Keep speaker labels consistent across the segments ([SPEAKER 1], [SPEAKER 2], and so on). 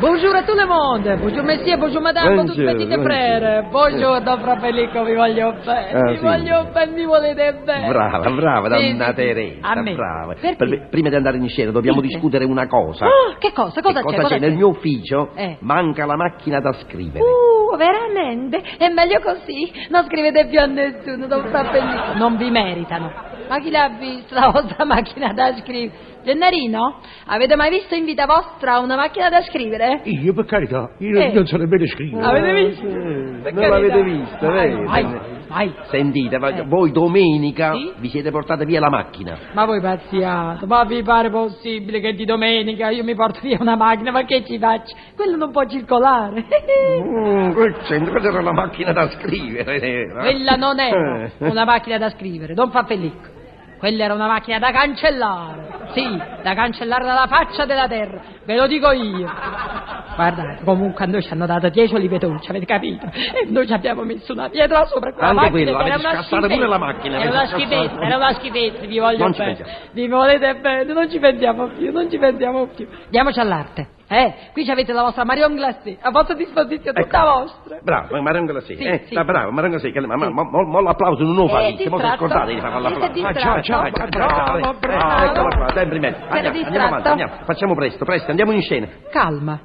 [SPEAKER 1] Bonjour à tout le monde, bonjour messieurs, bonjour madame, bonjour
[SPEAKER 2] Buongiorno,
[SPEAKER 1] petite frère, bonjour don Frapellico, vi voglio bene,
[SPEAKER 2] Ah,
[SPEAKER 1] vi
[SPEAKER 2] sì.
[SPEAKER 1] voglio bene, mi volete bene.
[SPEAKER 2] Brava, brava,
[SPEAKER 1] Sì, sì,
[SPEAKER 2] dannata
[SPEAKER 1] sì.
[SPEAKER 2] Teresa,
[SPEAKER 1] A me.
[SPEAKER 2] brava.
[SPEAKER 1] Perché?
[SPEAKER 2] Per- prima di andare in scena dobbiamo
[SPEAKER 1] Dite.
[SPEAKER 2] discutere una cosa.
[SPEAKER 1] Ah, che cosa, cosa
[SPEAKER 2] Che
[SPEAKER 1] c'è? cosa
[SPEAKER 2] Nel mio ufficio
[SPEAKER 1] Eh.
[SPEAKER 2] manca la macchina da scrivere.
[SPEAKER 1] Uh, veramente? È meglio così. Non scrivete più a nessuno, non sta benissimo. Non vi meritano. Ma chi l'ha vista la vostra macchina da scrivere? Gennarino, avete mai visto in vita vostra una macchina da scrivere?
[SPEAKER 3] Io, per carità, io
[SPEAKER 1] Eh.
[SPEAKER 3] non Eh, so nemmeno scrivere.
[SPEAKER 1] Avete visto?
[SPEAKER 2] sì, non
[SPEAKER 1] Per carità.
[SPEAKER 2] l'avete visto,
[SPEAKER 1] Ah,
[SPEAKER 2] vedi?
[SPEAKER 1] no, Vai, vai.
[SPEAKER 2] Sentite, ma
[SPEAKER 1] Eh.
[SPEAKER 2] voi domenica
[SPEAKER 1] Sì?
[SPEAKER 2] vi siete portati via la macchina.
[SPEAKER 1] Ma voi pazziate, ma vi pare possibile che di domenica io mi porto via una macchina, ma che ci faccio? Quello non può circolare.
[SPEAKER 2] Mm, che c'entra? quella era la macchina da scrivere. era.
[SPEAKER 1] Quella non era
[SPEAKER 2] Eh.
[SPEAKER 1] una macchina da scrivere, don Papellicco. Quella era una macchina da cancellare. Sì, da cancellare dalla faccia della terra. Ve lo dico io. Guardate, comunque a noi ci hanno dato 10 olive dolci, avete capito? E noi ci abbiamo messo una pietra sopra quella
[SPEAKER 2] Anche
[SPEAKER 1] macchina.
[SPEAKER 2] quello,
[SPEAKER 1] che era
[SPEAKER 2] avete
[SPEAKER 1] una
[SPEAKER 2] scassato pure
[SPEAKER 1] schifezza.
[SPEAKER 2] la macchina,
[SPEAKER 1] Era una
[SPEAKER 2] avete scassato.
[SPEAKER 1] schifezza, era una schifezza, vi voglio
[SPEAKER 2] Non ci
[SPEAKER 1] bene.
[SPEAKER 2] pensiamo.
[SPEAKER 1] Vi volete bene, non ci pensiamo più, non ci pensiamo più. Diamoci all'arte. Eh, qui ci avete la vostra Marion Glacé, a vostra disposizione,
[SPEAKER 2] Ecco.
[SPEAKER 1] tutta vostra.
[SPEAKER 2] Brava, Marengo la
[SPEAKER 1] Sì,
[SPEAKER 2] sera, eh,
[SPEAKER 1] sì.
[SPEAKER 2] ah, brava, Marengo la sera, ma, ma,
[SPEAKER 1] Sì.
[SPEAKER 2] ma, mo- mo l'applauso non lo
[SPEAKER 1] Eh,
[SPEAKER 2] fate, mo
[SPEAKER 1] distratto.
[SPEAKER 2] scordate di fare l'applauso.
[SPEAKER 1] Siete
[SPEAKER 2] Ah, già, già,
[SPEAKER 1] distratto.
[SPEAKER 2] già, già,
[SPEAKER 1] Bravo,
[SPEAKER 2] eh,
[SPEAKER 1] bravo.
[SPEAKER 2] eccola qua, dai, prima. Andiamo, andiamo avanti,
[SPEAKER 1] distratto.
[SPEAKER 2] andiamo, facciamo presto, presto, andiamo in scena.
[SPEAKER 1] Calma,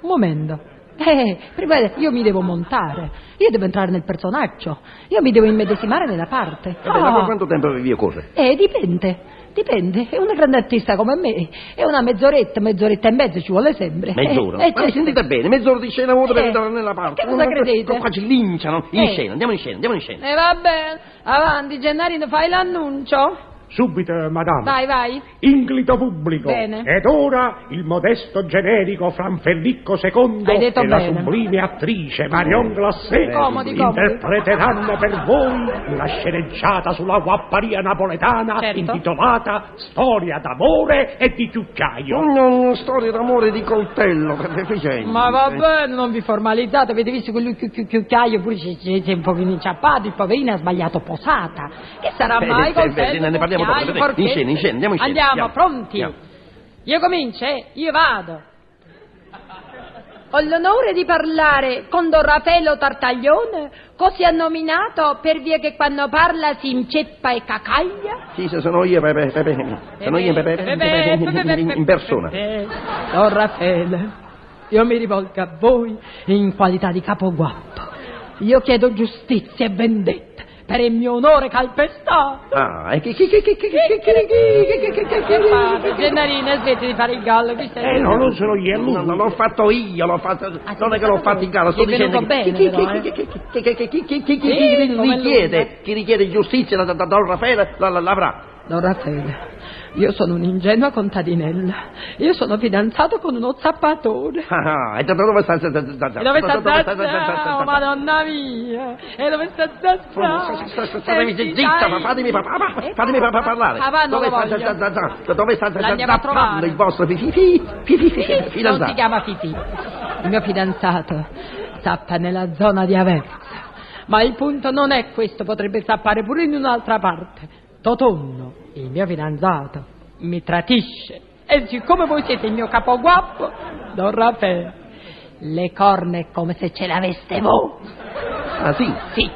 [SPEAKER 1] un momento. Eh, prima io mi devo montare, io devo entrare nel personaggio, io mi devo immedesimare nella parte.
[SPEAKER 2] Vabbè,
[SPEAKER 1] Ah,
[SPEAKER 2] ma per quanto tempo vi occorre?
[SPEAKER 1] Eh, dipende, dipende. È una grande artista come me, è una mezz'oretta, mezz'oretta e mezza ci vuole sempre.
[SPEAKER 2] Mezz'ora?
[SPEAKER 1] Eh, eh,
[SPEAKER 2] ma
[SPEAKER 1] certo.
[SPEAKER 2] sentite bene, mezz'ora di scena vuota per
[SPEAKER 1] Eh,
[SPEAKER 2] entrare nella parte.
[SPEAKER 1] che cosa
[SPEAKER 2] Ma-
[SPEAKER 1] credete?
[SPEAKER 2] Qua ci linciano, in
[SPEAKER 1] Eh.
[SPEAKER 2] scena, andiamo in scena, andiamo in scena.
[SPEAKER 1] Eh, va bene, avanti, Gennarino, fai l'annuncio.
[SPEAKER 3] Subito, eh, madame.
[SPEAKER 1] Vai, vai.
[SPEAKER 3] Inglito pubblico.
[SPEAKER 1] Bene.
[SPEAKER 3] Ed ora il modesto generico Franfellicco II
[SPEAKER 1] Hai
[SPEAKER 3] e
[SPEAKER 1] detto
[SPEAKER 3] la
[SPEAKER 1] bene.
[SPEAKER 3] sublime attrice Marion Glacé
[SPEAKER 1] Comodi, comodi.
[SPEAKER 3] interpreteranno per voi una sceneggiata sulla guapparia napoletana
[SPEAKER 1] Certo.
[SPEAKER 3] intitolata Storia d'amore e di ciucciaio.
[SPEAKER 2] Una storia d'amore di coltello per deficienti.
[SPEAKER 1] Ma va bene, non vi formalizzate, avete visto quel chi- chi- chiucchiaio pure ci ci- siete un pochino inciappati, il poverino ha sbagliato posata. Che sarà
[SPEAKER 2] Beh,
[SPEAKER 1] mai
[SPEAKER 2] beh,
[SPEAKER 1] con
[SPEAKER 2] beh, ne parliamo dopo,
[SPEAKER 1] chiucchiaio,
[SPEAKER 2] beh, beh, in
[SPEAKER 1] forchette?
[SPEAKER 2] scena, in scena, andiamo in scena,
[SPEAKER 1] Andiamo,
[SPEAKER 2] andiamo,
[SPEAKER 1] pronti?
[SPEAKER 2] andiamo.
[SPEAKER 1] Io comincio, eh? Io vado. Ho l'onore di parlare con Don Raffaello Tartaglione, così ha nominato per via che quando parla si inceppa e cacaglia.
[SPEAKER 2] Sì, se sono io, Pepe, Pepe, sono io, Cioè, Pepe, Pepe, Pepe, in- in persona.
[SPEAKER 1] Eh, Don Raffaele, io mi rivolgo a voi in qualità di capoguappo. Io chiedo giustizia e vendetta per il mio onore calpestato.
[SPEAKER 2] Ah, e che, che, che, che, che, che, che, che, che, che, che, che, che,
[SPEAKER 1] Padre, Gennarino, smetti di fare il gallo, qui
[SPEAKER 3] Eh,
[SPEAKER 1] stai...
[SPEAKER 3] no, non sono io, è lui.
[SPEAKER 2] No, no, l'ho fatto io, l'ho fatto.
[SPEAKER 1] Ah, sì,
[SPEAKER 2] non è che l'ho fatto in gara, sto
[SPEAKER 1] è venuto
[SPEAKER 2] dicendo. che-
[SPEAKER 1] bene,
[SPEAKER 2] chi-
[SPEAKER 1] però,
[SPEAKER 2] chi-
[SPEAKER 1] eh.
[SPEAKER 2] chi- chi- chi- chi- chi- chi- chi- chi
[SPEAKER 1] Sì, come
[SPEAKER 2] richiede?
[SPEAKER 1] lui.
[SPEAKER 2] Chi richiede giustizia da, da Don Raffaele la- la- l'avrà.
[SPEAKER 1] Don Raffaele, io sono un'ingenua contadinella. Io sono fidanzato con uno zappatore.
[SPEAKER 2] Ah, ah, e da da dove sta? da- da- da- da-
[SPEAKER 1] E dove sta
[SPEAKER 2] da- da- da- da- da- da- da- da-
[SPEAKER 1] Zazza? Oh, madonna mia! E dove sta
[SPEAKER 2] Sta- sta- sta-
[SPEAKER 1] Zazza?
[SPEAKER 2] Statevi
[SPEAKER 1] Senti,
[SPEAKER 2] zitta,
[SPEAKER 1] dai.
[SPEAKER 2] ma fatemi, pa- pa- pa-
[SPEAKER 1] Eh,
[SPEAKER 2] fatemi pa- pa- parlare.
[SPEAKER 1] Papà non
[SPEAKER 2] dove
[SPEAKER 1] lo
[SPEAKER 2] sta,
[SPEAKER 1] voglio.
[SPEAKER 2] da- da- da- da- dove sta da- da-
[SPEAKER 1] L'andiamo a trovare.
[SPEAKER 2] il vostro fi- fi- fi- fi- fi- fi-
[SPEAKER 1] Non si
[SPEAKER 2] fidanzato?
[SPEAKER 1] chiama Fifi. Il mio fidanzato zappa nella zona di Aversa. Ma il punto non è questo, potrebbe zappare pure in un'altra parte. Totonno, il mio fidanzato, mi tradisce. E siccome voi siete il mio capoguappo, Don Raffaele, le corna è come se ce l'aveste voi.
[SPEAKER 2] Ah, sì.
[SPEAKER 1] Sì,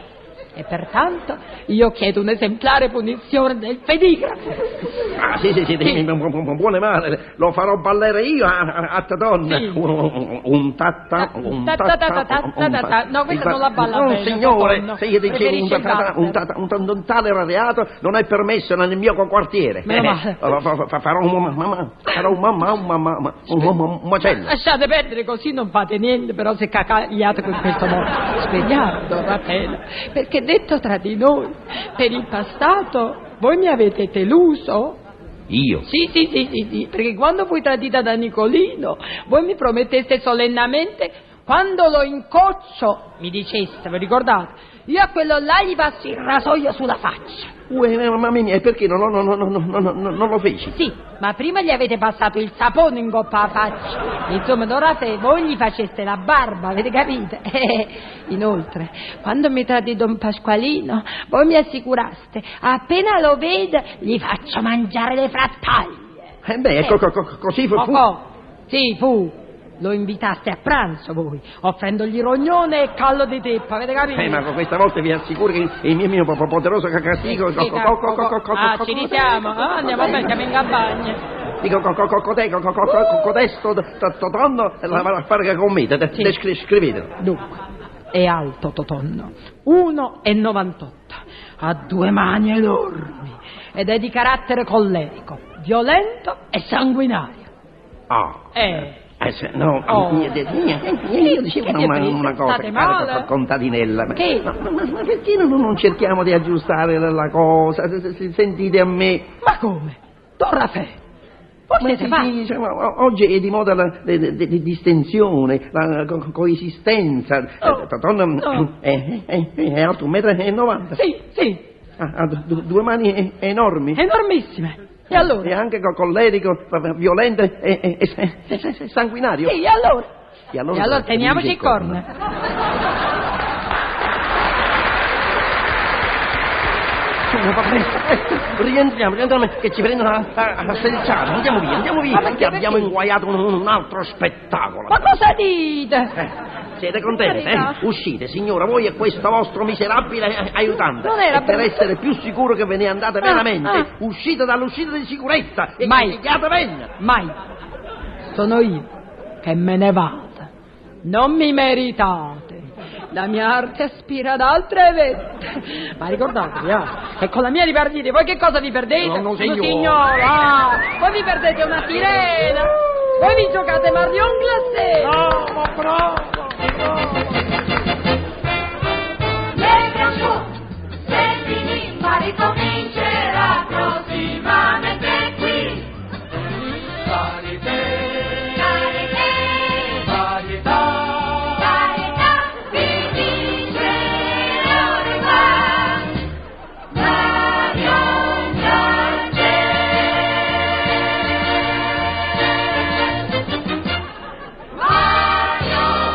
[SPEAKER 1] e pertanto io chiedo un'esemplare punizione del pedigrafo.
[SPEAKER 2] Ah, sì, sì, sì,
[SPEAKER 1] Sì.
[SPEAKER 2] bu- bu- bu- buone male, lo farò ballare io a, a, a Tadon.
[SPEAKER 1] Sì.
[SPEAKER 2] Un, un tatta, un
[SPEAKER 1] Ta- ta- ta- ta- ta-
[SPEAKER 2] un-
[SPEAKER 1] ta- ta- ta-
[SPEAKER 2] un-
[SPEAKER 1] no, questa non la balla
[SPEAKER 2] No,
[SPEAKER 1] bene,
[SPEAKER 2] signore,
[SPEAKER 1] Tadon.
[SPEAKER 2] se io ti chiedo un
[SPEAKER 1] Preferisce il
[SPEAKER 2] tatta,
[SPEAKER 1] valzer.
[SPEAKER 2] un tatta, un tatta- un tale reato non è permesso nel mio quartiere. Eh,
[SPEAKER 1] Meno male.
[SPEAKER 2] fa- fa- fa- farò un mamma, farò un mamma, un mamma, un- un un- un macello.
[SPEAKER 1] Lasciate perdere così, non fate niente, però se cacagliate con questo modo. Svegliato, va bene. Perché detto tra di noi, per il passato voi mi avete deluso.
[SPEAKER 2] Io?
[SPEAKER 1] Sì, sì, sì, sì, sì, perché quando fui tradita da Nicolino, voi mi prometteste solennamente, quando lo incoccio, mi diceste, vi ricordate, io a quello là gli passo il rasoio sulla faccia.
[SPEAKER 2] Uè, eh, mamma mia, e perché non, lo- non- non- non- non- non- non lo feci?
[SPEAKER 1] Sì, ma prima gli avete passato il sapone in coppa alla faccia. Insomma, d'ora se voi gli faceste la barba, avete capito? Eh, Inoltre, quando mi tratti Don Pasqualino, voi mi assicuraste, appena lo vedo, gli faccio mangiare le frattaglie.
[SPEAKER 2] Eh beh, ecco, co- co- così fu.
[SPEAKER 1] Oh, oh, sì, fu. Lo invitaste a pranzo voi, offrendogli rognone e callo di teppa, avete capito?
[SPEAKER 2] Eh, ma con questa volta vi assicuro che il mio, mio po- po- poderoso ca- castigo... co-
[SPEAKER 1] Sì,
[SPEAKER 2] co- co- co- co- co- co-
[SPEAKER 1] Ah,
[SPEAKER 2] co-
[SPEAKER 1] ci
[SPEAKER 2] co-
[SPEAKER 1] risiamo,
[SPEAKER 2] co-
[SPEAKER 1] ah, andiamo a bere, siamo in campagna.
[SPEAKER 2] Dico, co- co- co- cote- co- co- co- co- codesto t- t- tonno la va a fare con me, de- de-
[SPEAKER 1] Sì.
[SPEAKER 2] descri- scrivetelo.
[SPEAKER 1] Dunque, è alto Totonno, 1,98, ha due mani enormi ed è di carattere collerico, violento e sanguinario.
[SPEAKER 2] Ah.
[SPEAKER 1] Eh,
[SPEAKER 2] Eh, se- no,
[SPEAKER 1] Oh.
[SPEAKER 2] io, de- io- io- io dicevo
[SPEAKER 1] Che ti
[SPEAKER 2] una,
[SPEAKER 1] prego,
[SPEAKER 2] una cosa,
[SPEAKER 1] state
[SPEAKER 2] cara
[SPEAKER 1] male?
[SPEAKER 2] co- contadinella. ma-
[SPEAKER 1] Che?
[SPEAKER 2] Ma, ma- ma perché non, non cerchiamo di aggiustare la, la cosa? Se- se- se- Sentite a me.
[SPEAKER 1] ma come? Don Raffaele, voi
[SPEAKER 2] Ma
[SPEAKER 1] siete
[SPEAKER 2] sì,
[SPEAKER 1] pazzi?
[SPEAKER 2] sì, diciamo, o- oggi è di moda la de- de- de- distensione, la co- coesistenza.
[SPEAKER 1] Oh.
[SPEAKER 2] Eh, Donna,
[SPEAKER 1] Oh.
[SPEAKER 2] eh, eh, eh, è alto un metro e novanta.
[SPEAKER 1] Sì, sì,
[SPEAKER 2] Ha, ha du- due mani e- enormi.
[SPEAKER 1] enormissime. E
[SPEAKER 2] E
[SPEAKER 1] allora?
[SPEAKER 2] anche co- collerico, fa- violento e, e- e- e- e sanguinario.
[SPEAKER 1] Sì, e allora?
[SPEAKER 2] E
[SPEAKER 1] E allora teniamoci il corno.
[SPEAKER 2] Come va bene? Rientriamo, rientriamo, che ci prendono a, a, a sedicciare. Andiamo via, andiamo via.
[SPEAKER 1] Ma perché,
[SPEAKER 2] che abbiamo
[SPEAKER 1] perché?
[SPEAKER 2] inguaiato un, un altro spettacolo.
[SPEAKER 1] Ma cosa dite?
[SPEAKER 2] Eh, siete contenti, eh?
[SPEAKER 1] Carità.
[SPEAKER 2] Uscite, signora, voi e questo vostro miserabile eh, aiutante.
[SPEAKER 1] Non era
[SPEAKER 2] E per
[SPEAKER 1] per-
[SPEAKER 2] essere più sicuro che ve ne andate
[SPEAKER 1] Ah,
[SPEAKER 2] veramente,
[SPEAKER 1] ah.
[SPEAKER 2] uscite dall'uscita di sicurezza e
[SPEAKER 1] Mai.
[SPEAKER 2] chiate bene.
[SPEAKER 1] Mai. Sono io che me ne vado. Non mi meritate. La mia arte aspira ad altre vette. Ma ricordatevi, eh, che con la mia vi perdete. Voi che cosa vi perdete?
[SPEAKER 2] No, no,
[SPEAKER 1] Un
[SPEAKER 2] signor.
[SPEAKER 1] signoro, ah. Voi vi perdete una sirena. Voi vi giocate Marion Glacé.
[SPEAKER 3] Bravo, bravo!
[SPEAKER 4] Le Casciù, senti ma ricomincerà prossimamente qui. Carità, carità, carità, vi vincerà ormai. Mario Giorgè. Mario Giorgè.